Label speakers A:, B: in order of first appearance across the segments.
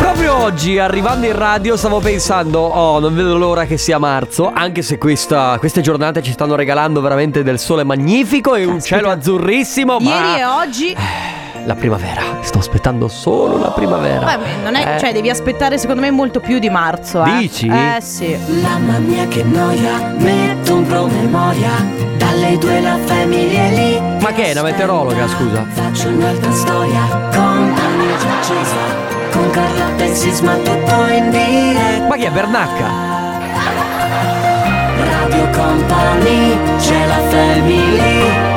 A: Proprio oggi, arrivando in radio, stavo pensando, oh, non vedo l'ora che sia marzo, anche se questa- queste giornate ci stanno regalando veramente del sole magnifico e un cielo azzurrissimo,
B: Ieri e
A: ma Eh,
B: oggi.
A: la primavera, sto aspettando solo la primavera.
B: Beh, non è,
A: Eh,
B: cioè, devi aspettare, secondo me, molto più di marzo. Eh.
A: Dici?
B: Eh sì.
C: Mamma mia che noia, metto un promemoria, dalle due la famiglia è lì.
A: Ma che è, una meteorologa, scusa?
C: Faccio un'altra storia, con Amici accesa, con Carla Pensis ma tutto in diretta.
A: ma chi è Bernacca?
C: Radio Company, c'è la famiglia,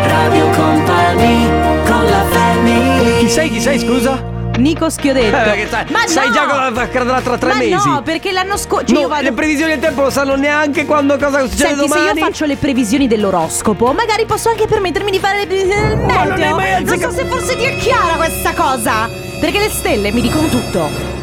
C: Radio Company, con la famiglia.
A: Chi sei, chi sei, scusa?
B: Nico Schiodetti.
A: Eh, perché sai,
B: Ma
A: sai
B: no!
A: già cosa accadrà tra tre
B: Ma
A: mesi.
B: no, perché l'anno scorso. Cioè,
A: No,
B: io vado.
A: Le previsioni del tempo non sanno neanche quando cosa succede
B: Senti,
A: domani.
B: se io faccio le previsioni dell'oroscopo, magari posso anche permettermi di fare le previsioni del
A: Ma non
B: meteo.
A: hai mai
B: non so
A: azzeccato-
B: se forse ti è chiara questa cosa. Perché le stelle mi dicono tutto.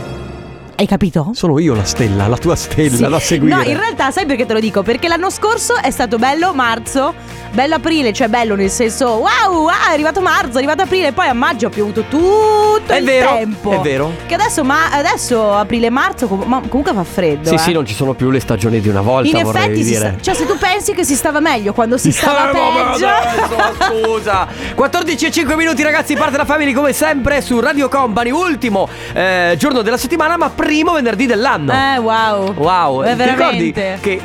B: Hai capito?
A: Sono io la stella, la tua stella
B: Sì.
A: da seguire.
B: No, in realtà sai perché te lo dico? Perché l'anno scorso è stato bello marzo, bello aprile, cioè bello nel senso wow, wow, è arrivato marzo, è arrivato aprile, poi a maggio ha piovuto tutto
A: È
B: il
A: vero,
B: tempo.
A: è vero.
B: Che adesso, ma, adesso aprile, marzo, com- ma comunque fa freddo.
A: Sì,
B: eh.
A: sì, non ci sono più le stagioni di una volta,
B: In
A: vorrei
B: effetti, si
A: dire.
B: sta- cioè se tu pensi che si stava meglio quando si stava
A: Eh, ma
B: peggio.
A: adesso, scusa 14 e 5 minuti ragazzi parte la family come sempre su Radio Company ultimo eh, giorno della settimana ma primo venerdì dell'anno
B: Eh, wow.
A: Wow,
B: Eh,
A: ti ricordi
B: veramente.
A: che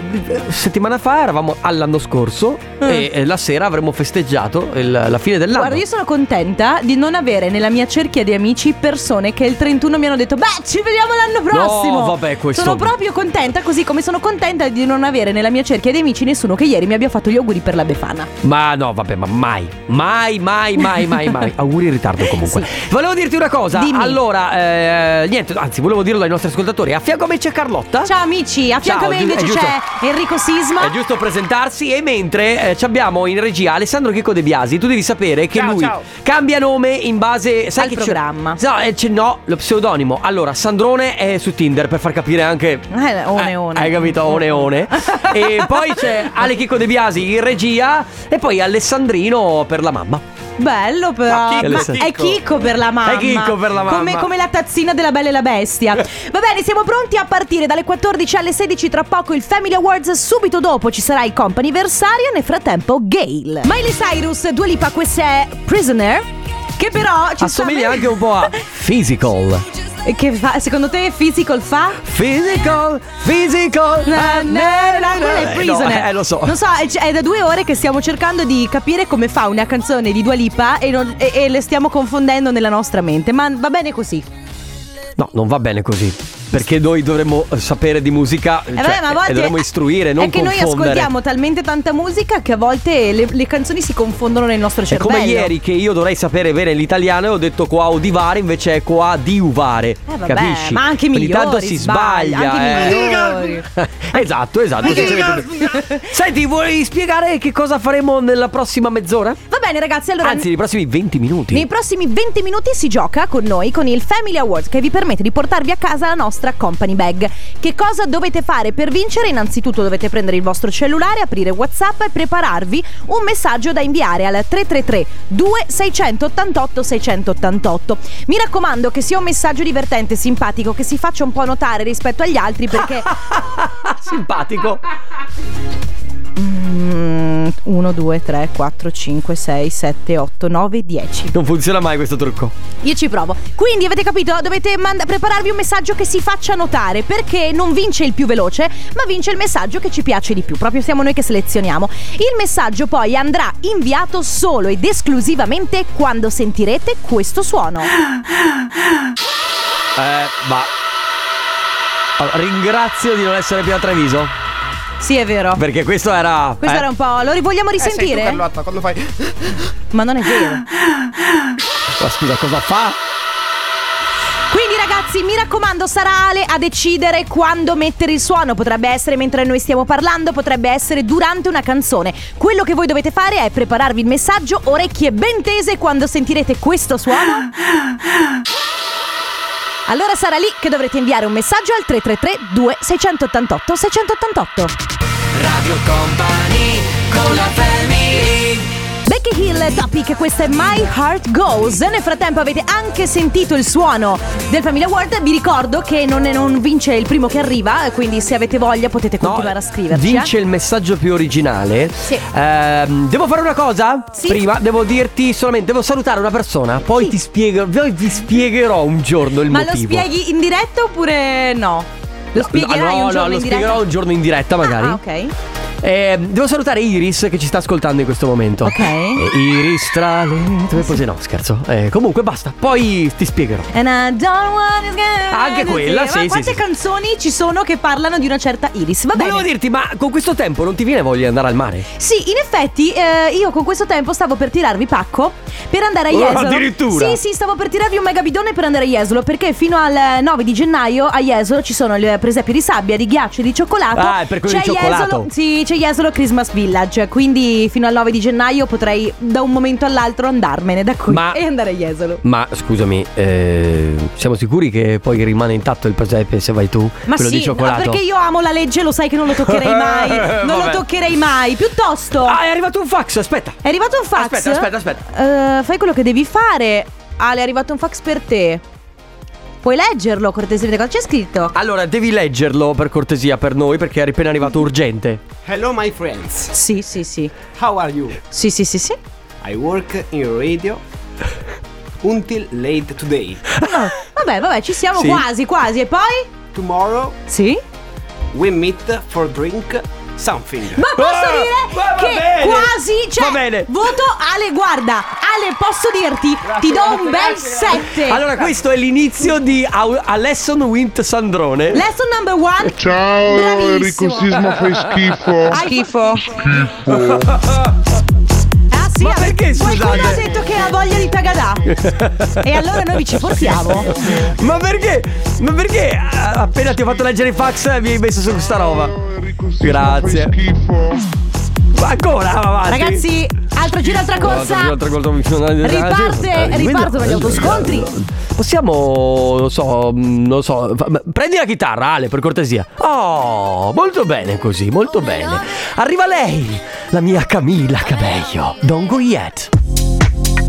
A: eh, settimana fa eravamo all'anno scorso
B: Mm.
A: e eh, la sera avremmo festeggiato il- la fine dell'anno.
B: Guarda, io sono contenta di non avere nella mia cerchia di amici persone che il 31 mi hanno detto "Beh, ci vediamo l'anno prossimo".
A: No, vabbè, questo-
B: Sono proprio contenta così come sono contenta di non avere nella mia cerchia di amici nessuno che ieri mi abbia fatto gli auguri per la Befana.
A: Ma no, vabbè, ma mai, mai, mai, mai, mai, mai. Auguri in ritardo comunque. Volevo dirti una cosa.
B: Dimmi.
A: Allora, eh, niente, anzi, volevo dirlo ai nostri ascoltatori. A fianco a me c'è Carlotta.
B: Ciao amici, a fianco a me
A: Ciao,
B: invece
A: è giusto-
B: c'è Enrico Sisma.
A: È giusto presentarsi e mentre eh, ci abbiamo in regia Alessandro Checco De Biasi, tu devi sapere che lui cambia nome in base sai
B: Al
A: che c'è-
B: programma.
A: No, eh, c'è- no, lo pseudonimo. Allora, Sandrone è su Tinder per far capire anche
B: Eh, one, one.
A: Ah, Hai capito? Oneone. e poi c'è Ale Checco De Biasi in regia e poi Alessandrino per la mamma.
B: Bello però.
A: Ma Chicco,
B: Ma
A: Chicco.
B: è Chicco per la mamma.
A: È Chicco per la mamma. Eh.
B: Come, come la tazzina della Bella e la Bestia. Va bene, siamo pronti a partire dalle 14 alle 16 tra poco il Family Awards, subito dopo ci sarà il comp'anniversario nel frattempo Gale. Miley Cyrus, Dua Lipa, questa è Prisoner che però ci sta
A: Assomiglia
B: bene.
A: anche un po' a Physical.
B: Che fa, secondo te physical fa?
A: Physical, physical.
B: Na, na, na, quella è
A: Eh,
B: Prisoner.
A: no, eh, lo so.
B: Non so, è, è da due ore che stiamo cercando di capire come fa una canzone di Dua Lipa e, non- e- e le stiamo confondendo nella nostra mente. Ma va bene così.
A: Cioè, No, non va bene così. Perché noi dovremmo eh, sapere di musica
B: Eh,
A: cioè,
B: vabbè, ma a volte-
A: e dovremmo istruire, non
B: È che noi
A: confondere.
B: ascoltiamo talmente tanta musica che a volte le, le canzoni si confondono nel nostro
A: È
B: cervello.
A: come ieri che io dovrei sapere bene l'italiano e ho detto coaudivare invece è coadivare.
B: Eh, vabbè,
A: capisci?
B: ma anche
A: Quindi
B: migliori
A: tanto si
B: sbagli,
A: sbaglia.
B: anche
A: eh.
B: migliori.
A: esatto, esatto. non c'è nessun problema. Senti, vuoi spiegare che cosa faremo nella prossima mezz'ora?
B: Va bene ragazzi, allora
A: Anzi, nei prossimi 20 minuti.
B: nei prossimi 20 minuti si gioca con noi con il Family Award che vi permette di portarvi a casa la nostra company bag. Che cosa dovete fare per vincere? Innanzitutto dovete prendere il vostro cellulare, aprire WhatsApp e prepararvi un messaggio da inviare al 333 2688 688. Mi raccomando che sia un messaggio divertente, simpatico, che si faccia un po' notare rispetto agli altri perché
A: Simpatico.
B: Mm, 1 2 3 4 5 6 7 8 9 10
A: Non funziona mai questo trucco.
B: Io ci provo. Quindi avete capito? Dovete manda- prepararvi un messaggio che si faccia notare perché non vince il più veloce, ma vince il messaggio che ci piace di più. Proprio siamo noi che selezioniamo. Il messaggio poi andrà inviato solo ed esclusivamente quando sentirete questo suono.
A: Eh, ma. Allora, ringrazio di non essere più a Treviso.
B: Sì, è vero.
A: Perché questo era.
B: Questo
A: eh,
B: era un po'. Lo ri- vogliamo risentire? Ma non è vero.
A: Ma scusa, cosa fa?
B: Quindi ragazzi, mi raccomando, sarà Ale a decidere quando mettere il suono. Potrebbe essere mentre noi stiamo parlando, potrebbe essere durante una canzone. Quello che voi dovete fare è prepararvi il messaggio, orecchie ben tese quando sentirete questo suono. Allora sarà lì che dovrete inviare un messaggio al 333 2688 688.
A: Radio Company con la family.
B: Beh, Becky Hill Topic, questa è My Heart Goes. Nel frattempo avete anche sentito il suono del Family Award. Vi ricordo che non, non vince il primo che arriva, quindi se avete voglia potete continuare a scriverci. eh.
A: Vince il messaggio più originale.
B: Sì.
A: Ehm, devo fare una cosa?
B: Sì.
A: Prima devo dirti solamente, devo salutare una persona, poi
B: Sì.
A: ti spiego, poi vi spiegherò un giorno il
B: Ma
A: motivo. Ah,
B: lo spieghi in diretta oppure no? Lo spiegherai
A: no,
B: un giorno
A: no, lo
B: in diretta?
A: spiegherò un giorno in diretta magari.
B: Ah, ok.
A: Ehm, devo salutare Iris che ci sta ascoltando in questo momento.
B: Ok.
A: Eh, Iris tra le tue pose, no, scherzo. Eh, comunque basta, poi ti spiegherò.
B: And I don't want to get-
A: Anche quella, sì,
B: Ma
A: sì,
B: quante
A: sì. Boh,
B: canzoni ci sono che parlano di una certa Iris? Va bene.
A: Volevo dirti, ma con questo tempo non ti viene voglia di andare al mare?
B: Sì, in effetti eh, io con questo tempo stavo per tirarvi pacco per andare a
A: Oh,
B: Jesolo.
A: addirittura!
B: Sì, sì, stavo per tirarvi un megabidone per andare a Jesolo perché fino al 9 di gennaio a Jesolo ci sono le presepi di sabbia, di ghiaccio e di cioccolato.
A: Ah, è per quello
B: c'è
A: di cioccolato.
B: Jesolo, sì, c'è Jesolo Christmas Village, quindi fino al 9 di gennaio potrei da un momento all'altro andarmene da qui
A: Ma-
B: e andare a Jesolo.
A: Ma scusami, eh, siamo sicuri che poi rimane intatto il presepe se vai tu?
B: Ma
A: quello
B: sì,
A: di
B: no,
A: cioccolato.
B: perché io amo la legge, lo sai che non lo toccherei mai. Non lo
A: Vabbè.
B: toccherei mai. Piuttosto,
A: Ah, è arrivato un fax, aspetta.
B: è arrivato un fax.
A: Aspetta, aspetta, aspetta.
B: Eh, fai quello che devi fare. Ale, è arrivato un fax per te. Puoi leggerlo cortesemente cosa c'è scritto?
A: Allora, devi leggerlo per cortesia per noi perché è appena arrivato urgente.
D: Hello, my friends.
B: Sì, sì, sì.
D: How are you?
B: Sì, sì, sì, sì.
D: I work in radio until late today.
B: No, Ah, Vabbè, vabbè, ci siamo
A: Sì.
B: quasi, quasi. E poi?
D: Tomorrow
B: Sì.
D: we meet for drink something.
B: Ma posso
A: Ah,
B: dire
A: ma va
B: che
A: bene.
B: quasi cioè,
A: Va bene.
B: Voto Ale, guarda. Ale, posso dirti? ti do un bel 7.
A: Allora, questo è l'inizio di Au- Alesson Wint Sandrone.
B: Lesson number one.
E: Ciao Enrico
B: Bravissimo.
E: Sisma, fai schifo.
B: Hai- Ah sì,
A: Ma
B: ave-
A: perché,
B: qualcuno
A: scusate?
B: ha detto che ha voglia di tagadà. e allora noi vi ci portiamo.
A: Ma perché? Ma perché ah, appena ti ho fatto leggere i fax eh, mi hai messo su questa roba?
E: Ciao, Enrico Sisma,
A: Grazie.
E: Fai schifo.
A: Ma ancora, va avanti.
B: Ragazzi, altro giro, altra corsa.
A: Altra cosa mi-
B: Riparte,
A: Eh,
B: ripartono gli
A: quindi-
B: autoscontri.
A: Possiamo, non so, mh, non so, fa- ma- prendi la chitarra Ale per cortesia. Oh, molto bene così, molto bene. Arriva lei, la mia Camilla Cabello, Don't Go Yet.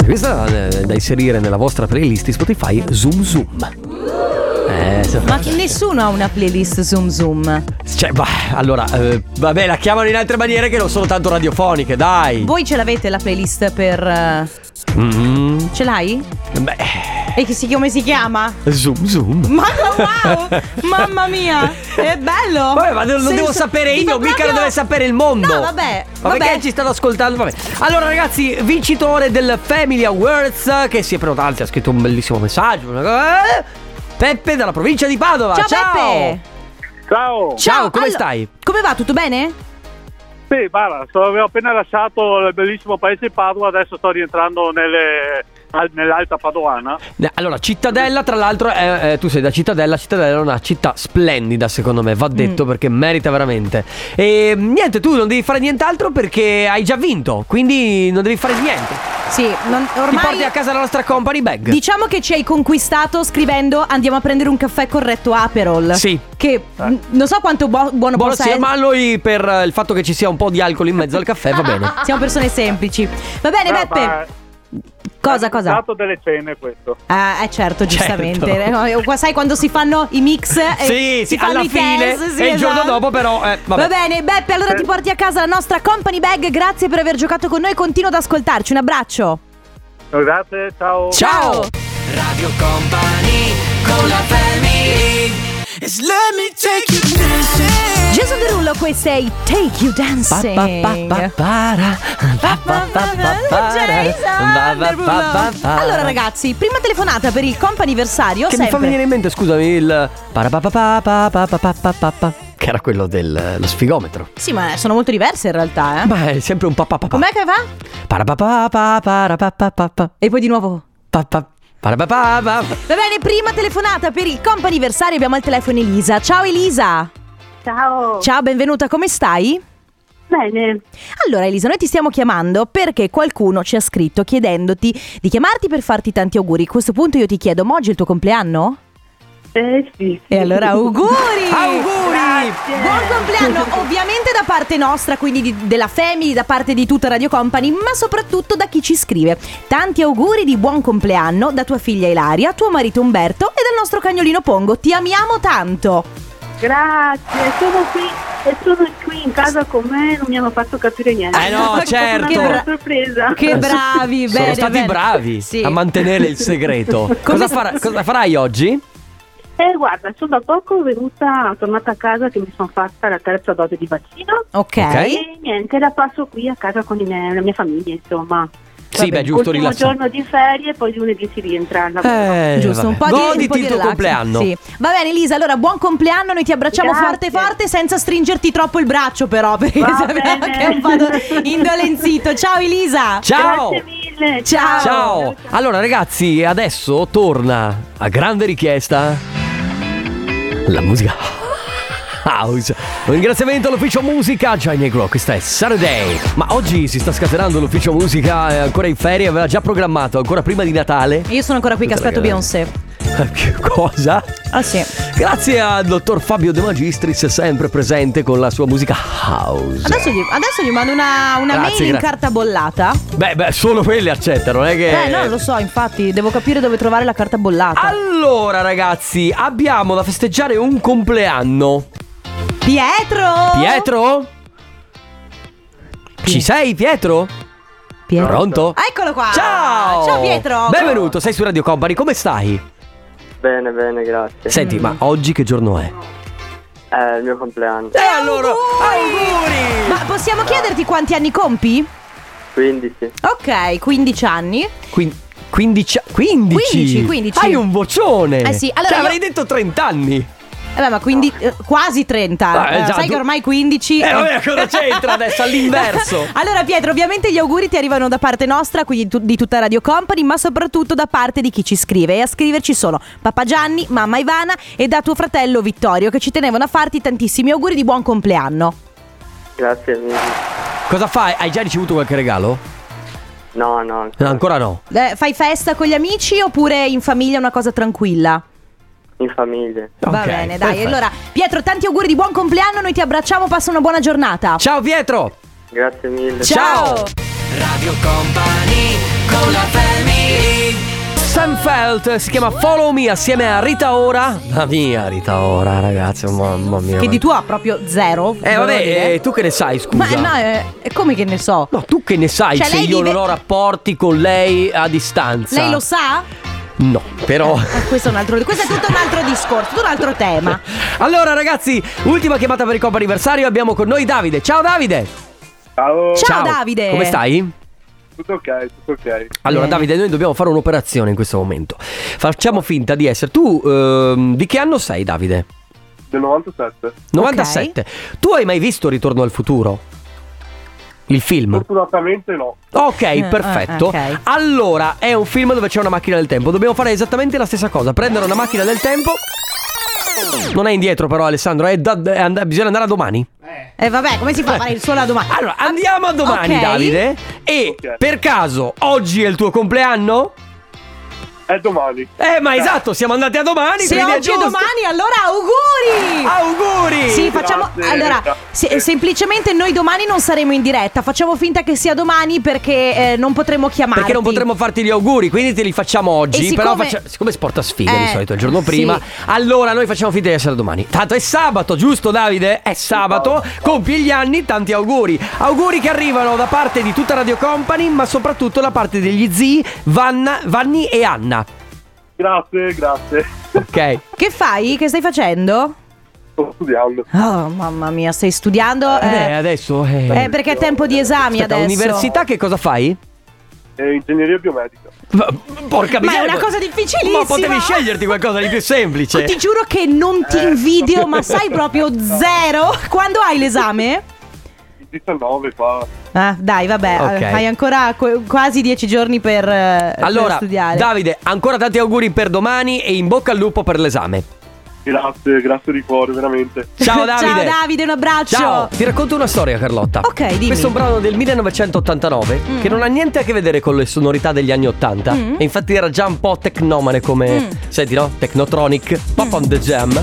A: Questa è da inserire nella vostra playlist di Spotify Zoom Zoom. Eh, so-
B: Ma che nessuno ha una playlist Zoom Zoom.
A: cioè, bah, allora, eh, vabbè, la chiamano in altre maniere che non sono tanto radiofoniche, dai.
B: Voi ce l'avete la playlist per. eh,
A: Mm,
B: Ce l'hai?
A: beh,
B: E che si, come si chiama?
A: Zoom Zoom.
B: Ma wow! Mamma mia! È bello!
A: Vabbè, ma non
B: Senso-
A: devo sapere
B: mi fa
A: io, mica lo
B: proprio-
A: deve sapere il mondo.
B: No, vabbè,
A: Ma
B: vabbè.
A: perché ci stanno ascoltando? Vabbè. Allora, ragazzi, vincitore del Family Awards, eh, che si è prenotato, anzi, ha scritto un bellissimo messaggio. eh, Peppe dalla provincia di Padova.
B: Ciao,
A: Ciao,
B: Peppe!
F: Ciao!
A: Ciao, come
B: allo-
A: stai?
B: Come va? Tutto bene?
F: Sì, guarda, so- avevo appena lasciato il bellissimo paese di Padova, adesso sto rientrando nelle- al- nell'alta padoana.
A: Ne- Allora, Cittadella, tra l'altro, è- eh, tu sei da Cittadella. Cittadella è una città splendida, secondo me, va detto perché merita veramente. E niente, tu non devi fare nient'altro perché hai già vinto, quindi non devi fare niente.
B: Sì, non-
A: Ti
B: ormai.
A: porti a casa la nostra company bag.
B: Diciamo che ci hai conquistato scrivendo andiamo a prendere un caffè corretto Aperol.
A: Sì.
B: Che mh, non so quanto buo- buono
A: Buono
B: possa
A: sì,
B: essere.
A: ma lui per eh, il fatto che ci sia un po' di alcol in mezzo al caffè va bene.
B: Siamo persone semplici. Va bene,
F: No,
B: Beppe.
F: ma-
B: Cosa,
F: Eh, ha
B: cosa?
F: risultato delle cene questo.
B: Ah, eh certo, giustamente. Eh, qua Sai quando si fanno i mix? eh,
A: Sì,
B: si
A: sì,
B: fanno
A: alla
B: i
A: fine,
B: test, sì,
A: e il giorno
B: esatto.
A: dopo però, eh, vabbè.
B: Va bene, Beppe, allora ti porti a casa la nostra company bag. Grazie per aver giocato con noi. Continua ad ascoltarci. Un abbraccio.
F: Grazie, ciao!
A: Ciao!
C: Radio Company con la family
B: Gesù Derullo, questo è i Take You Dancing. Jason Derulo. Allora ragazzi, prima telefonata per il comp'anniversario
A: Che mi fa
B: sempre.
A: venire in mente, scusami, il parapapapapapapapapa, che era quello dello sfigometro.
B: Sì, ma sono molto diverse in realtà, eh.
A: Ma è sempre un papapapa.
B: Com'è che va?
A: Parapapapapapapapa.
B: E poi di nuovo.
A: Parapapapa.
B: Va bene, prima telefonata per il comp'anniversario abbiamo al telefono Elisa. Ciao Elisa.
G: Ciao.
B: Ciao, benvenuta, come stai?
G: Bene.
B: Allora Elisa, noi ti stiamo chiamando perché qualcuno ci ha scritto chiedendoti di chiamarti per farti tanti auguri. A questo punto io ti chiedo, ma oggi è il tuo compleanno?
G: Eh sì. sì.
B: E allora auguri!
A: Auguri!
B: Buon compleanno ovviamente da parte nostra, quindi di- della Family, da parte di tutta Radio Company, ma soprattutto da chi ci scrive. Tanti auguri di buon compleanno da tua figlia Ilaria, tuo marito Umberto e dal nostro cagnolino Pongo. Ti amiamo tanto!
G: Grazie, sono qui e sono qui in casa con me, non mi hanno fatto capire niente.
A: Eh no, certo.
G: È una sorpresa.
B: Che bravi,
A: Sono
B: bene,
A: stati
B: bene.
A: bravi
B: Sì.
A: a mantenere il segreto.
B: Come
A: Cosa,
B: se-
A: farà- cosa farai oggi?
G: Eh guarda, sono da poco venuta, tornata a casa che mi sono fatta la terza dose di vaccino.
B: Ok.
A: Ok.
G: E niente, la passo qui a casa con i miei- la mia famiglia, insomma.
A: Sì, beh, giusto,
G: Ultimo
A: rilassare.
G: giorno di ferie, poi lunedì si rientra al lavoro.
A: Eh,
B: Giusto, un po'
A: vabbè. Goditi
B: di un po' di
A: il tuo
B: relax.
A: compleanno.
B: Sì. Va bene, Elisa. Allora, buon compleanno. Noi ti abbracciamo
G: Grazie.
B: forte, forte, senza stringerti troppo il braccio, però, perché
G: Va
B: sappiamo
G: bene.
B: che è un po' do- indolenzito. Ciao, Elisa.
A: Ciao!
G: Grazie mille.
B: Ciao.
A: Ciao! Allora ragazzi, adesso torna a grande richiesta la musica house. Un ringraziamento all'ufficio musica Giant Negro, questa è Saturday. Ma oggi si sta scatenando l'ufficio musica, è ancora in ferie, aveva già programmato ancora prima di Natale.
B: Io sono ancora qui che
A: Tutta la
B: aspetto
A: galera.
B: Beyoncé.
A: Che Cosa?
B: Ah, sì.
A: Grazie al dottor Fabio De Magistris, sempre presente con la sua musica house.
B: Adesso gli, adesso gli mando una, una
A: Grazie,
B: mail in
A: grazie.
B: carta bollata.
A: Beh, beh, solo quelli accettano, non è che...
B: Eh, no, lo so, infatti, devo capire dove trovare la carta bollata.
A: Allora ragazzi, abbiamo da festeggiare un compleanno.
B: Pietro!
A: Pietro? Ci sei Pietro?
B: Pietro.
A: Pronto?
B: Eccolo qua!
A: Ciao!
B: Ciao Pietro!
A: Benvenuto, sei su Radio Company, come stai?
H: Bene, bene, grazie.
A: Senti, ma oggi che giorno è?
H: È il mio compleanno,
A: E allora,
B: auguri!
A: auguri!
B: Ma possiamo chiederti quanti anni compi?
H: 15.
B: Ok, 15 anni.
A: Quin- 15 15
B: 15, 15.
A: Hai un vocione
B: Eh sì, allora
A: Cioè
B: io-
A: avrei detto 30 anni
B: Eh beh, ma quindi eh, quasi 30.
A: Ah,
B: Eh,
A: esatto.
B: Sai che ormai 15.
A: Eh, vabbè, cosa c'entra adesso? All'inverso.
B: allora, Pietro, ovviamente gli auguri ti arrivano da parte nostra, quindi tu- di tutta Radio Company, ma soprattutto da parte di chi ci scrive. E a scriverci sono Papà Gianni, mamma Ivana e da tuo fratello Vittorio, che ci tenevano a farti tantissimi auguri di buon compleanno.
H: Grazie mille.
A: Cosa fai? Hai già ricevuto qualche regalo?
H: No, no.
A: No, ancora no
B: Eh, fai festa con gli amici oppure in famiglia una cosa tranquilla?
H: In famiglia.
B: Va
A: Ok,
B: bene, dai.
A: perfetto.
B: Allora, Pietro, tanti auguri di buon compleanno, noi ti abbracciamo, passa una buona giornata.
A: Ciao Pietro
H: Grazie mille.
A: Ciao. Radio Company con la Sam Felt si chiama Follow Me assieme a Rita Ora. La mia Rita Ora, ragazzi, oh, mamma mia.
B: Che di tu ha proprio zero.
A: Eh,
B: volevo
A: vabbè,
B: dire.
A: eh, tu che ne sai, scusa.
B: Ma eh, no, eh, come che ne so?
A: No, tu che ne sai
B: Cioè,
A: se
B: lei
A: io
B: vive-
A: non ho rapporti con lei a distanza?
B: Lei lo sa?
A: No, però.
B: Eh, questo, è un altro, questo è tutto un altro discorso, tutto un altro tema.
A: Allora, ragazzi, ultima chiamata per il compo anniversario. Abbiamo con noi Davide. Ciao, Davide.
F: Ciao,
B: Ciao, Davide.
A: Come stai?
F: tutto ok, tutto ok.
A: Allora,
B: Bene.
A: Davide, noi dobbiamo fare un'operazione in questo momento. Facciamo finta di essere. Tu, ehm, di che anno sei, Davide?
F: Del 97.
A: Mm. 97. Tu hai mai visto Ritorno al futuro? Il film?
F: Fortunatamente no.
A: Ok,
B: eh,
A: perfetto.
B: ok.
A: Allora, è un film dove c'è una macchina del tempo. Dobbiamo fare esattamente la stessa cosa: prendere una macchina del tempo. Non è indietro, però, Alessandro. È da- è and- bisogna andare a domani.
B: Eh, vabbè, come si fa a fare il solo a domani?
A: Allora, andiamo a domani,
B: Ok.
A: Davide. E
F: Ok.
A: per caso, oggi è il tuo compleanno?
F: È domani.
A: Eh, ma esatto, siamo andati a domani.
B: Se
A: quindi è
B: oggi è
A: giusto.
B: domani, allora auguri!
A: Auguri!
B: Sì, facciamo.
F: grazie,
B: allora,
F: grazie.
B: se- eh, semplicemente noi domani non saremo in diretta. Facciamo finta che sia domani perché eh, non potremo chiamarti.
A: Perché non potremmo farti gli auguri, quindi te li facciamo oggi.
B: E siccome-
A: Però faccia- siccome sporta sfiga di
B: Eh,
A: solito il giorno
B: sì.
A: prima, allora noi facciamo finta di essere domani. Tanto è sabato, giusto Davide? È sabato, compi gli anni, tanti auguri. Auguri che arrivano da parte di tutta Radio Company, ma soprattutto da parte degli zii Vanna- Vanni e Anna.
F: Grazie, grazie.
A: Ok.
B: Che fai? Che stai facendo?
F: Sto studiando.
B: Oh, mamma mia, stai studiando.
A: Eh,
B: eh,
A: adesso eh,
B: eh, perché è tempo di esami
A: aspetta,
B: adesso.
A: università che cosa fai?
F: Eh, ingegneria biomedica.
A: Ma- Porca
B: Ma è
A: miseria.
B: una cosa difficilissima.
A: Ma potevi sceglierti qualcosa di più semplice.
B: Oh, ti giuro che non
A: Eh.
B: ti invidio, ma sai proprio zero. Quando hai l'esame?
F: Il 19 fa.
B: Ah, dai, vabbè,
A: Ok.
B: eh, hai ancora qu- quasi dieci giorni per, eh, per
A: Allora,
B: studiare.
A: Davide, ancora tanti auguri per domani e in bocca al lupo per l'esame.
F: Grazie, grazie di cuore, veramente.
A: Ciao Davide.
B: Ciao Davide, un abbraccio.
A: Ciao, ti racconto una storia Carlotta.
B: Ok, dimmi.
A: Questo è un brano del 1989
B: Mm.
A: che non ha niente a che vedere con le sonorità degli anni 80
B: Mm.
A: e infatti era già un po' tecnomane come,
B: Mm.
A: senti no, Technotronic, Pop on the Jam.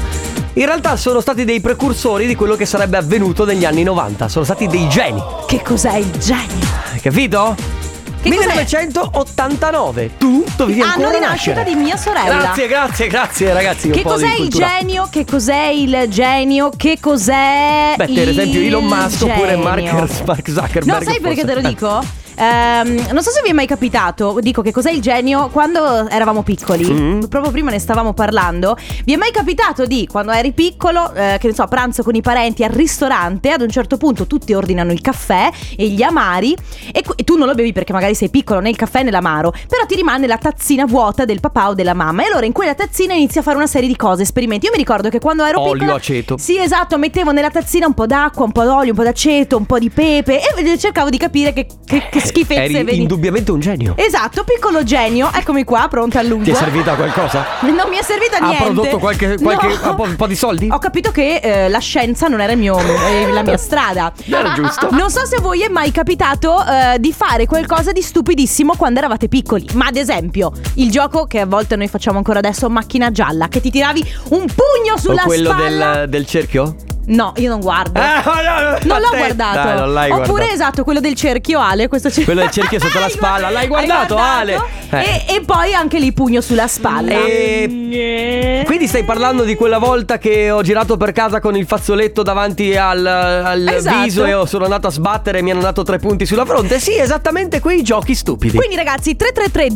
A: In realtà sono stati dei precursori di quello che sarebbe avvenuto negli anni 90, sono stati dei geni,
B: Che cos'è il genio?
A: hai capito?
B: Che cos'è?
A: 1989, tu dovevi Ah, ancora
B: Anno di
A: nascere.
B: nascita di mia sorella.
A: Grazie, grazie, grazie ragazzi. un
B: Che
A: po' di
B: cos'è il
A: cultura.
B: genio? Che cos'è il genio? Che cos'è.
A: Beh, per esempio
B: il
A: Elon Musk oppure Mark,
B: genio?
A: Mark Zuckerberg.
B: No, sai perché
A: forse.
B: te lo
A: Eh.
B: dico? Ehm, non so se vi è mai capitato, dico che cos'è il genio quando eravamo piccoli,
A: Mm.
B: proprio prima ne stavamo parlando, vi è mai capitato di quando eri piccolo, eh, che ne so, pranzo con i parenti al ristorante, ad un certo punto tutti ordinano il caffè e gli amari e, cu- e tu non lo bevi perché magari sei piccolo né il caffè né l'amaro, però ti rimane la tazzina vuota del papà o della mamma e allora in quella tazzina inizi a fare una serie di cose, esperimenti. Io mi ricordo che quando ero
A: Olio,
B: piccola
A: aceto.
B: sì, esatto, mettevo nella tazzina un po' d'acqua, un po' d'olio, un po' d'aceto, un po' di pepe e cercavo di capire che, che, che schifezze
A: Eh, Eri
B: veni-
A: indubbiamente un genio.
B: Esatto, piccolo genio, eccomi qua, pronta a lungo.
A: Ti è servita qualcosa?
B: Non mi è servito a
A: Ha
B: niente.
A: prodotto qualche- qualche- un po'- un po' di soldi?
B: Ho capito che eh, la scienza non era il mio, eh, la mia strada.
A: Era giusto.
B: Non so se a voi è mai capitato eh, di fare qualcosa di stupidissimo quando eravate piccoli. Ma ad esempio, il gioco che a volte noi facciamo ancora adesso, macchina gialla, che ti tiravi un pugno sulla
A: o quello
B: spalla.
A: del, Ah, del cerchio?
B: No, io non guardo. Non l'ho guardato. Oppure esatto, quello del cerchio Ale, questo cerchio.
A: Quello del cerchio sotto la
B: Hai
A: spalla.
B: guarda-
A: L'hai guardato,
B: guardato?
A: Ale? Eh.
B: E, e poi anche lì pugno sulla spalla.
A: E... Eh, Quindi stai parlando di quella volta che ho girato per casa con il fazzoletto davanti al, al
B: Esatto.
A: viso e ho- sono andato a sbattere e mi hanno dato tre punti sulla fronte? Sì, esattamente quei giochi stupidi.
B: Quindi ragazzi 333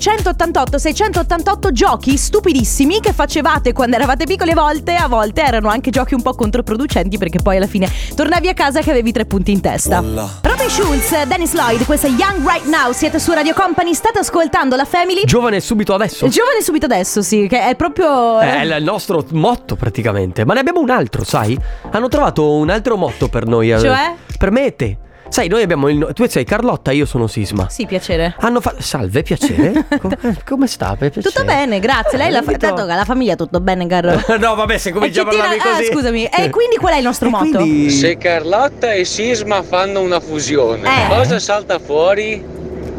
B: 2688 688 giochi stupidissimi che facevate quando eravate piccole volte, a volte erano anche giochi un po' controproducenti perché poi alla fine tornavi a casa che avevi tre punti in testa. Robin Schulz, Dennis Lloyd, questa è Young Right Now, siete su Radio Company, state ascoltando la Family.
A: Giovane subito adesso.
B: Giovane subito adesso, sì, che è proprio... eh,
A: È il nostro motto praticamente. Ma ne abbiamo un altro, sai? Hanno trovato un altro motto per noi. eh.
B: Cioè?
A: Per me e te. Sai, noi abbiamo il. no- Tu sei Carlotta, io sono Sisma.
B: Sì, piacere.
A: Hanno fatto. Salve, piacere. Com- eh, come sta? Pe- piacere.
B: Tutto bene, grazie. Lei l'ha fatto. Tanto che alla famiglia tutto bene, caro.
A: no, vabbè, se
B: E che
A: cominciamo a parlare
B: tira- ah,
A: così.
B: scusami, e quindi qual è il nostro
A: E
B: motto?
A: quindi-
I: Se Carlotta e Sisma fanno una fusione,
B: Eh.
I: cosa salta fuori?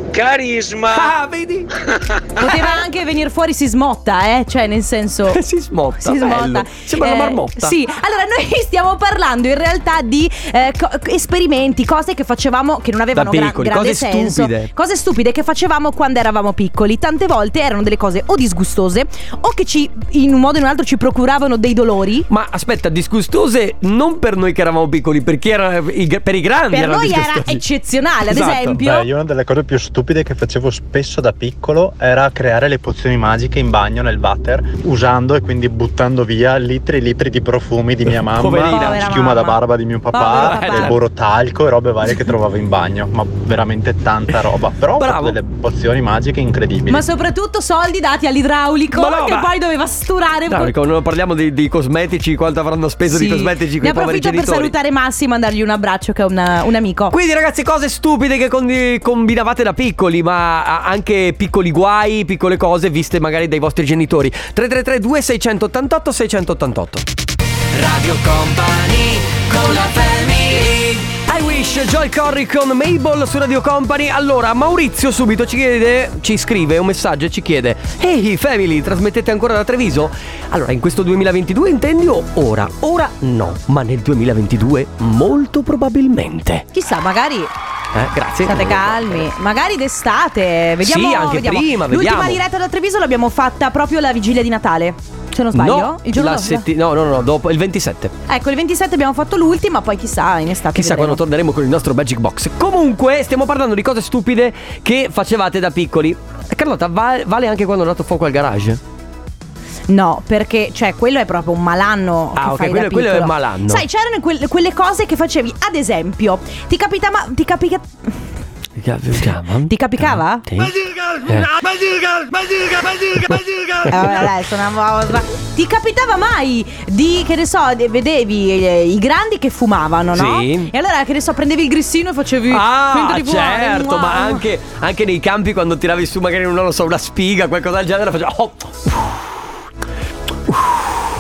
I: Carisma!
A: Ah, vedi?
B: Poteva anche venire fuori si smotta, eh? Cioè, nel senso.
A: si smotta.
B: Si smotta.
A: bello. Sembra
B: Eh,
A: una marmotta.
B: Sì, allora noi stiamo parlando in realtà di eh, co- esperimenti, cose che facevamo che non avevano gra-
A: piccoli,
B: grande
A: cose
B: senso.
A: stupide.
B: Cose stupide che facevamo quando eravamo piccoli. Tante volte erano delle cose o disgustose o che ci, in un modo o in un altro, ci procuravano dei dolori.
A: Ma aspetta, disgustose non per noi che eravamo piccoli, perché era, i- per i grandi
B: Per
A: erano
B: noi era
A: disgustose.
B: eccezionale, ad
A: Esatto.
B: esempio.
J: Beh, io una delle cose più stupide che facevo spesso da piccolo era creare le pozioni magiche in bagno nel water, usando e quindi buttando via litri e litri di profumi di mia mamma,
A: Poverina.
B: Povera
J: schiuma da
B: mamma.
J: barba di mio
B: Povero
J: papà,
B: papà.
J: e borotalco e robe varie che trovavo in bagno, ma veramente tanta roba. Però ho
A: Bravo.
J: fatto delle pozioni magiche incredibili.
B: Ma soprattutto soldi dati all'idraulico
A: Ma no,
B: che
A: ma-
B: poi doveva sturare.
A: No, Nico, ecco, non parliamo di, di cosmetici, quanto avranno speso di
B: Sì.
A: cosmetici
B: Ne
A: quei poveri
B: approfitto per
A: genitori.
B: salutare Massimo e dargli un abbraccio che è una- un amico.
A: Quindi ragazzi cose stupide che con- combinavate da piccoli ma a- anche piccoli guai, piccole cose viste magari dai vostri genitori 333 2688 688 Radio Company con la I wish Joy Corry con Mabel su Radio Company. Allora, Maurizio subito ci chiede, ci scrive un messaggio e ci chiede: Ehi, family, trasmettete ancora da Treviso? Allora, in questo 2022 intendi o ora? Ora no, ma nel 2022 molto probabilmente.
B: Chissà, magari
A: Eh, grazie. eh,
B: state calmi, magari d'estate. Vediamo,
A: Sì, anche
B: vediamo.
A: prima,
B: L'ultima
A: vediamo.
B: diretta da Treviso l'abbiamo fatta proprio la vigilia di Natale. Se non sbaglio,
A: No,
B: il giorno
A: la
B: dopo.
A: setti- no, no, no, dopo il 27.
B: Ecco, il 27 abbiamo fatto l'ultima, poi chissà, in estate.
A: Chissà quando
B: vedremo.
A: torneremo con il nostro Magic Box. Comunque, stiamo parlando di cose stupide che facevate da piccoli. Eh, Carlotta, va- vale anche quando ho dato fuoco al garage?
B: No, perché cioè quello è proprio un malanno.
A: Ah,
B: che
A: ok,
B: fai da
A: quello- quello è
B: piccolo.
A: malanno.
B: Sai, c'erano quel- quelle cose che facevi, ad esempio, ti capitava ti capica- Ti capicava?
A: Sì. Eh.
B: Eh, vabbè, dai, sono una cosa. Ti capitava mai di, che ne so, de- vedevi eh, i grandi che fumavano, no?
A: Sì.
B: E allora, che ne so, prendevi il grissino e facevi finta
A: Ah,
B: di fumare.
A: certo,
B: Wow.
A: ma anche, anche nei campi quando tiravi su magari non lo so, una spiga, qualcosa del genere, facevi oh,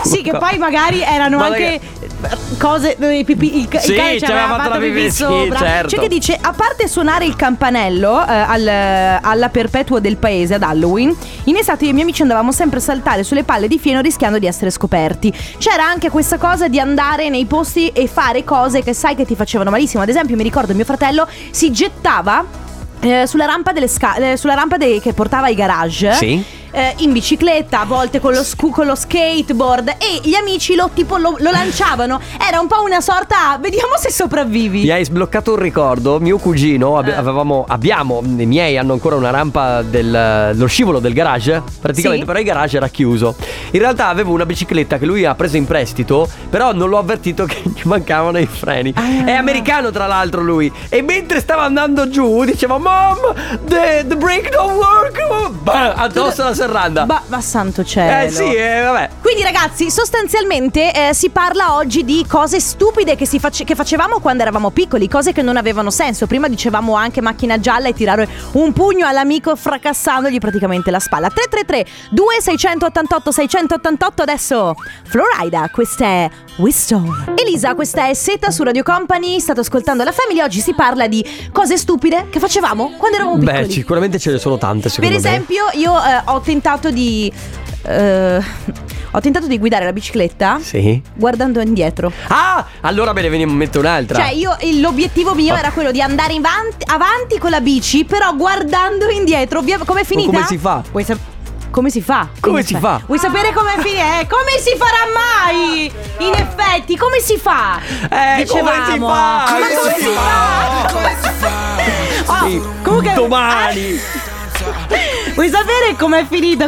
B: Sì, che poi magari erano
A: Ma
B: anche eh, cose. eh, pipì- il, ca- il
A: Sì,
B: cane ci aveva fatto la pipì
A: sì,
B: sopra.
A: certo.
B: C'è che dice: a parte suonare il campanello eh, al- alla perpetua del paese ad Halloween, in estate io e i miei amici andavamo sempre a saltare sulle palle di fieno rischiando di essere scoperti. C'era anche questa cosa di andare nei posti e fare cose che sai che ti facevano malissimo. Ad esempio, mi ricordo mio fratello si gettava. eh, sulla rampa, delle sca- eh, sulla rampa dei- che portava ai garage
A: Sì.
B: eh, in bicicletta, a volte con lo, scu- con lo skateboard e gli amici lo, tipo, lo, lo lanciavano. Era un po' una sorta, vediamo se sopravvivi.
A: Mi hai sbloccato un ricordo, mio cugino,
B: Eh.
A: abe- avevamo, abbiamo, i miei hanno ancora una rampa del- dello scivolo del garage, praticamente
B: Sì.
A: però il garage era chiuso. In realtà avevo una bicicletta che lui ha preso in prestito, però non l'ho avvertito che gli mancavano i freni.
B: Ah.
A: È americano tra l'altro lui, e mentre stava andando giù diceva Mom, the, the brake don't work, Bah, addosso alla serranda.
B: Ba- ma santo cielo.
A: eh sì, eh, vabbè.
B: Quindi ragazzi, sostanzialmente eh, si parla oggi di cose stupide che, si face- che facevamo quando eravamo piccoli, cose che non avevano senso. Prima dicevamo anche macchina gialla e tirare un pugno all'amico fracassandogli praticamente la spalla. 333 2688 688 adesso Florida, questa è Whistle. Elisa, questa è Seta su Radio Company, state ascoltando la Family, oggi si parla di cose stupide che facevamo quando eravamo piccoli.
A: Beh, sicuramente ce ne sono tante
B: Per
A: secondo me.
B: esempio, io eh, ho tentato di. eh, ho tentato di guidare la bicicletta
A: Sì.
B: guardando indietro.
A: Ah, allora me ne viene in mente un'altra.
B: Cioè, io il- l'obiettivo mio
A: Ah.
B: era quello di andare in vanti- avanti con la bici, però guardando indietro. Via, com'è finita?
A: come si fa?
B: Vuoi sap- come si fa?
A: Come
B: In
A: si
B: effetti.
A: fa?
B: Vuoi sapere com'è finita? Eh, come si farà mai? In effetti, come si fa?
A: Eh, come si
B: Dicevamo.
A: fa?
B: Ma come si fa? Come si fa?
A: Sì,
B: Oh, comunque,
A: domani.
B: Vuoi sapere com'è finita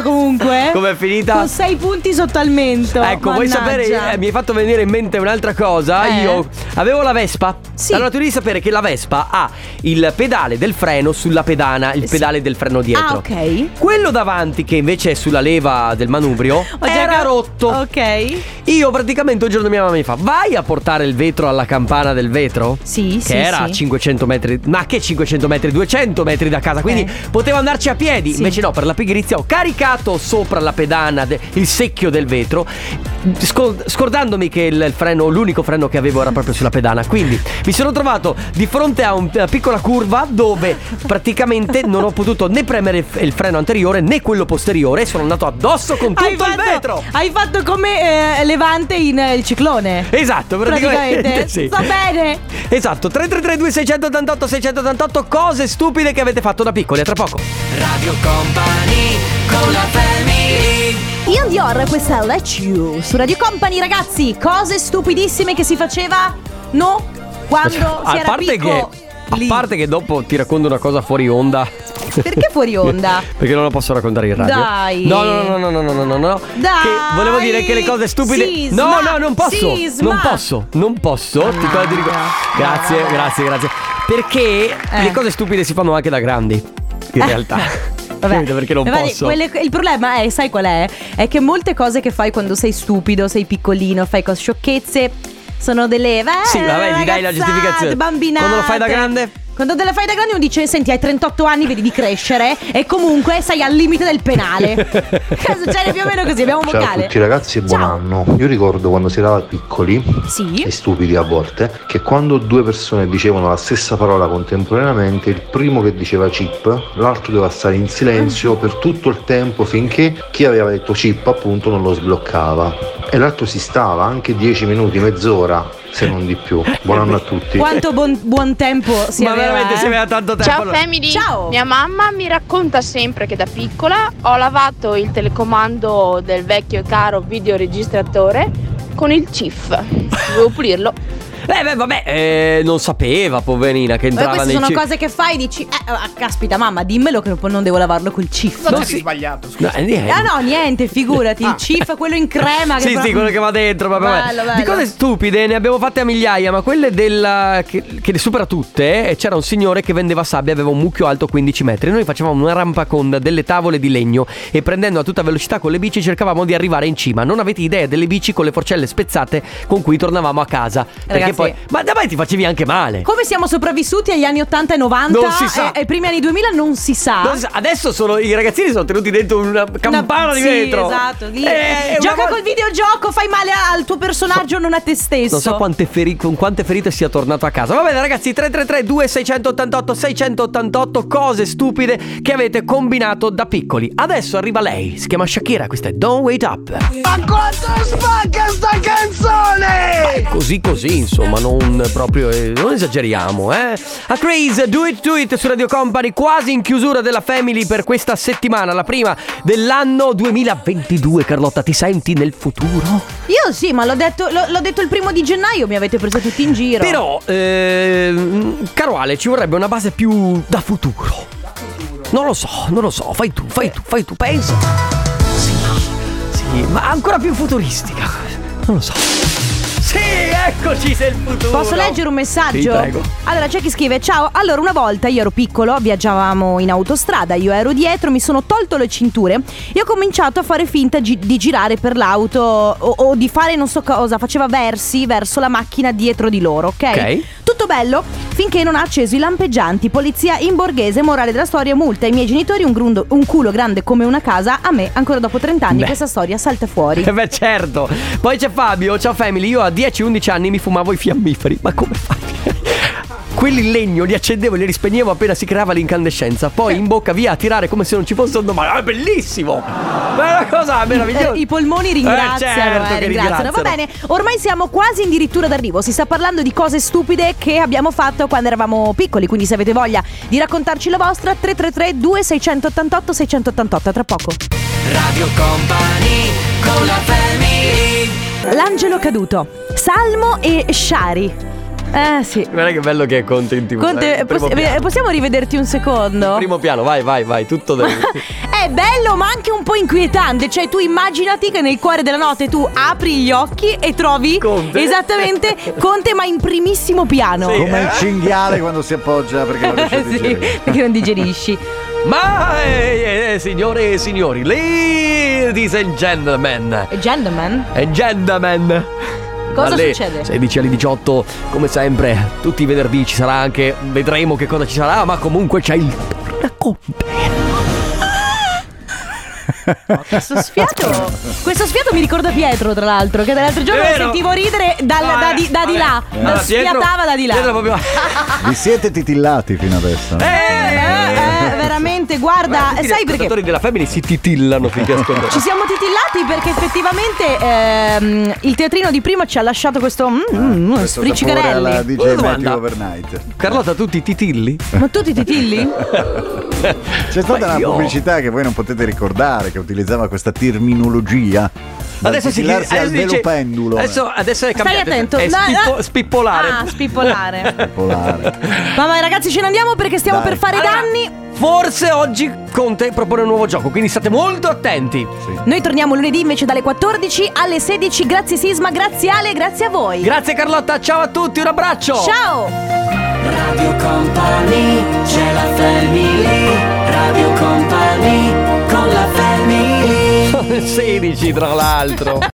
B: comunque?
A: Com'è finita?
B: Con sei punti sotto al mento.
A: Ecco, vuoi
B: ah, Mannaggia.
A: sapere? eh, mi hai fatto venire in mente un'altra cosa.
B: Eh?
A: Io avevo la Vespa.
B: Sì.
A: Allora tu devi sapere che la Vespa ha il pedale del freno sulla pedana, il pedale del freno dietro.
B: Ah, ok.
A: Quello davanti, che invece è sulla leva del manubrio,
B: Ho già
A: era
B: cap-
A: rotto.
B: Ok.
A: Io praticamente un giorno mia mamma mi fa: Vai a portare il vetro alla campana del vetro?
B: Sì,
A: che
B: sì,
A: era a
B: sì.
A: 500 metri, ma che 500 metri? 200 metri da casa, quindi potevo andarci a piedi.
B: Eh. Sì.
A: Invece no, per la pigrizia ho caricato sopra la pedana de- il secchio del vetro, scor- scordandomi che il, il freno, l'unico freno che avevo era proprio sulla pedana. Quindi mi sono trovato di fronte a un- una piccola curva dove praticamente non ho potuto né premere il, il freno anteriore né quello posteriore. Sono andato addosso con tutto
B: hai,
A: il
B: fatto,
A: vetro.
B: hai fatto come eh, Levante in eh, Il Ciclone.
A: Esatto, praticamente.
B: Praticamente,
A: sì.
B: sta bene.
A: Esatto, 3332 688 688 cose stupide che avete fatto da piccoli, a tra poco. Radio Company con la
B: Ian Dior, questa è Let You. Su Radio Company, ragazzi, cose stupidissime che si faceva no quando si
A: Cioè, a
B: era
A: parte che
B: piccoli.
A: a parte che dopo ti racconto una cosa fuori onda.
B: Perché fuori onda?
A: Perché non la posso raccontare in radio.
B: Dai.
A: No, no, no, no, no, no, no, no, no.
B: Dai.
A: Che volevo dire che le cose stupide. no,
B: Sisma.
A: no, non posso.
B: Sisma.
A: Non posso. Non posso. Ti
B: Mannaggia.
A: ti dico- Grazie,
B: Vabbè.
A: grazie, grazie. Perché
B: Eh.
A: le cose stupide si fanno anche da grandi. In realtà. Capito? Perché non
B: Vabbè,
A: posso.
B: quelle- il problema è, sai qual è? È che molte cose che fai quando sei stupido, sei piccolino, fai cose sciocchezze, sono delle. Beh,
A: Sì, vabbè, gli dai la
B: ragazzate,
A: giustificazione.
B: Bambinate.
A: Quando lo fai da grande?
B: Quando te le fai da grande uno dice Senti hai 38 anni vedi di crescere E comunque sei al limite del penale Cosa succede più o meno così Abbiamo un
K: Ciao a
B: vocale
K: tutti ragazzi e buon
B: Ciao.
K: anno. Io ricordo quando si era piccoli
B: Sì
K: e stupidi a volte che quando due persone dicevano la stessa parola contemporaneamente, il primo che diceva chip, l'altro doveva stare in silenzio per tutto il tempo finché chi aveva detto chip appunto non lo sbloccava. E l'altro si stava anche 10 minuti, mezz'ora, se non di più. Buon anno a tutti.
B: Quanto buon, buon tempo si
A: Ma
B: aveva,
A: veramente
B: eh?
A: si aveva tanto tempo.
L: Ciao
A: allora.
L: family,
B: Ciao.
L: mia mamma mi racconta sempre che da piccola ho lavato il telecomando del vecchio e caro videoregistratore con il CIF. Dovevo pulirlo.
A: Eh, beh, vabbè, eh, non sapeva, poverina, che
B: Poi
A: entrava
B: queste
A: nei
B: sono
A: ci-
B: cose che fai e dici eh, ah, Caspita mamma dimmelo che non devo lavarlo col cif
D: Cosa
A: Non
D: c'è
A: si-
D: di sbagliato? Scusa.
A: No, eh, niente.
B: Ah no, niente, figurati. Il cif, quello in crema. Che
A: Ah. Sì,
B: fa-
A: sì, quello che va dentro. Vabbè, vabbè.
B: Bello, bello.
A: Di cose stupide ne abbiamo fatte a migliaia, ma quelle della... che, che le supera tutte. eh, C'era un signore che vendeva sabbia, aveva un mucchio alto 15 metri. Noi facevamo una rampa con delle tavole di legno e prendendo a tutta velocità con le bici cercavamo di arrivare in cima. Non avete idea delle bici con le forcelle spezzate con cui tornavamo a casa. perché
B: Ragazzi,
A: poi. Ma davanti ti facevi anche male.
B: Come siamo sopravvissuti agli anni 80 e 90
A: Non si sa.
B: e ai primi anni 2000 non si sa.
A: Non so, Adesso sono, i ragazzini sono tenuti dentro una campana
B: Una-
A: di
B: sì,
A: vetro.
B: Esatto. lì.
A: Eh, una
B: Gioca
A: volta-
B: col videogioco, fai male a- al tuo personaggio, non a te stesso.
A: Non so quante feri- con quante ferite sia tornato a casa. Va bene, ragazzi, 333-2688-688 cose stupide che avete combinato da piccoli. Adesso arriva lei, si chiama Shakira, questa è Don't Wait Up.
C: Ma quanto spacca sta canzone!
A: Così così, insomma, non proprio. eh, non esageriamo, eh. A Craze, do it, do it su Radio Company, quasi in chiusura della Family per questa settimana, la prima dell'anno 2022. Carlotta, ti senti nel futuro?
B: Io sì, ma l'ho detto, l'ho, l'ho detto il primo di gennaio, mi avete preso tutti in giro.
A: Però, ehm, caro Ale, ci vorrebbe una base più da futuro. Non lo so, non lo so, fai tu, fai tu, fai tu, pensa. Sì, sì, ma ancora più futuristica. Non lo so. Sì, eccoci se il futuro.
B: Posso leggere un messaggio?
A: Sì, prego.
B: Allora c'è chi scrive Ciao, allora una volta io ero piccolo, viaggiavamo in autostrada Io ero dietro, mi sono tolto le cinture E ho cominciato a fare finta gi- di girare per l'auto o-, o di fare non so cosa Faceva versi verso la macchina dietro di loro, ok?
A: Ok.
B: Tutto bello finché non ha acceso i lampeggianti Polizia in borghese, morale della storia, multa Ai miei genitori un, grundo- un culo grande come una casa A me, ancora dopo 30 anni,
A: Beh.
B: questa storia salta fuori
A: Eh beh certo Poi c'è Fabio Ciao family Io a 10-11 anni mi fumavo i fiammiferi Ma come fai? Quelli in legno li accendevo e li rispegnevo appena si creava l'incandescenza Poi in bocca via a tirare come se non ci fosse un domani Ah, È bellissimo Ma è una cosa meravigliosa
B: Eh, I polmoni ringraziano,
A: Eh, certo
B: eh,
A: che
B: ringraziano.
A: ringraziano.
B: Va bene, ormai siamo quasi addirittura d'arrivo. Si sta parlando di cose stupide che abbiamo fatto quando eravamo piccoli. Quindi, se avete voglia di raccontarci la vostra, 333-2688-688. Tra poco.
C: Radio Company con la family.
B: L'angelo caduto, Salmo e Shari. Eh sì.
A: Guarda che bello che è Conte in tv
B: Conte,
A: eh, primo,
B: possi-
A: piano.
B: eh, possiamo rivederti un secondo?
A: Primo piano Vai vai vai Tutto deve
B: È bello ma anche un po' inquietante Cioè tu immaginati che nel cuore della notte tu apri gli occhi e trovi Esattamente Conte ma in primissimo piano
M: Come
A: eh.
M: il cinghiale quando si appoggia perché non riesce a
B: Sì,
M: digerire.
B: perché non digerisci
A: Ma eh, eh, signore e signori Ladies and gentlemen
B: Gentleman
A: E gentlemen
B: Cosa
A: dalle
B: succede?
A: 16 alle 18 come sempre tutti i venerdì ci sarà anche vedremo che cosa ci sarà ma comunque c'è il
B: Questo sfiato Questo sfiato mi ricorda Pietro tra l'altro Che dall'altro giorno
C: È
B: lo
C: vero.
B: sentivo ridere dal-
C: No,
B: da,
C: eh,
B: di, da di
C: vabbè.
B: là
M: Eh.
B: da
M: Ah,
A: Pietro-
B: Sfiatava da di là
A: Pietro proprio- Eh,
M: Vi siete titillati fino adesso.
B: Eh, veramente
A: Tutti
B: guarda
A: gli
B: Sai perché
A: ascoltatori della Family si titillano finché ascoltano
B: Ci siamo titillati perché effettivamente ehm, il teatrino di prima ci ha lasciato questo mm, mm,
M: Questo sapore alla
B: friccicarelli.
M: DJ
A: Una
M: Matthew
A: domanda.
M: Overnight.
A: Carlotta tu ti titilli?
B: Ma tu ti titilli?
M: C'è stata
A: Ma
M: una
A: io-
M: pubblicità che voi non potete ricordare che utilizzava questa terminologia. dal
A: Adesso si
M: titillarsi al
A: adesso
M: velo
A: dice-
M: pendulo.
A: Adesso, adesso è
B: Stai
A: cambiato
B: attento.
A: È spippo-
B: No, no.
A: spippolare
B: Ah, spippolare.
M: Polare.
B: Vabbè ragazzi ce ne andiamo perché stiamo
A: Dai.
B: per fare
A: Allora,
B: danni.
A: Forse oggi Conte propone un nuovo gioco Quindi state molto attenti
B: Noi torniamo lunedì invece dalle 14 alle 16. Grazie Sisma, grazie Ale, grazie a voi.
A: Grazie Carlotta Ciao a tutti Un abbraccio
B: Ciao.
C: Radio Company, c'è la family. Radio Company con la family.
A: Sono le 16 tra l'altro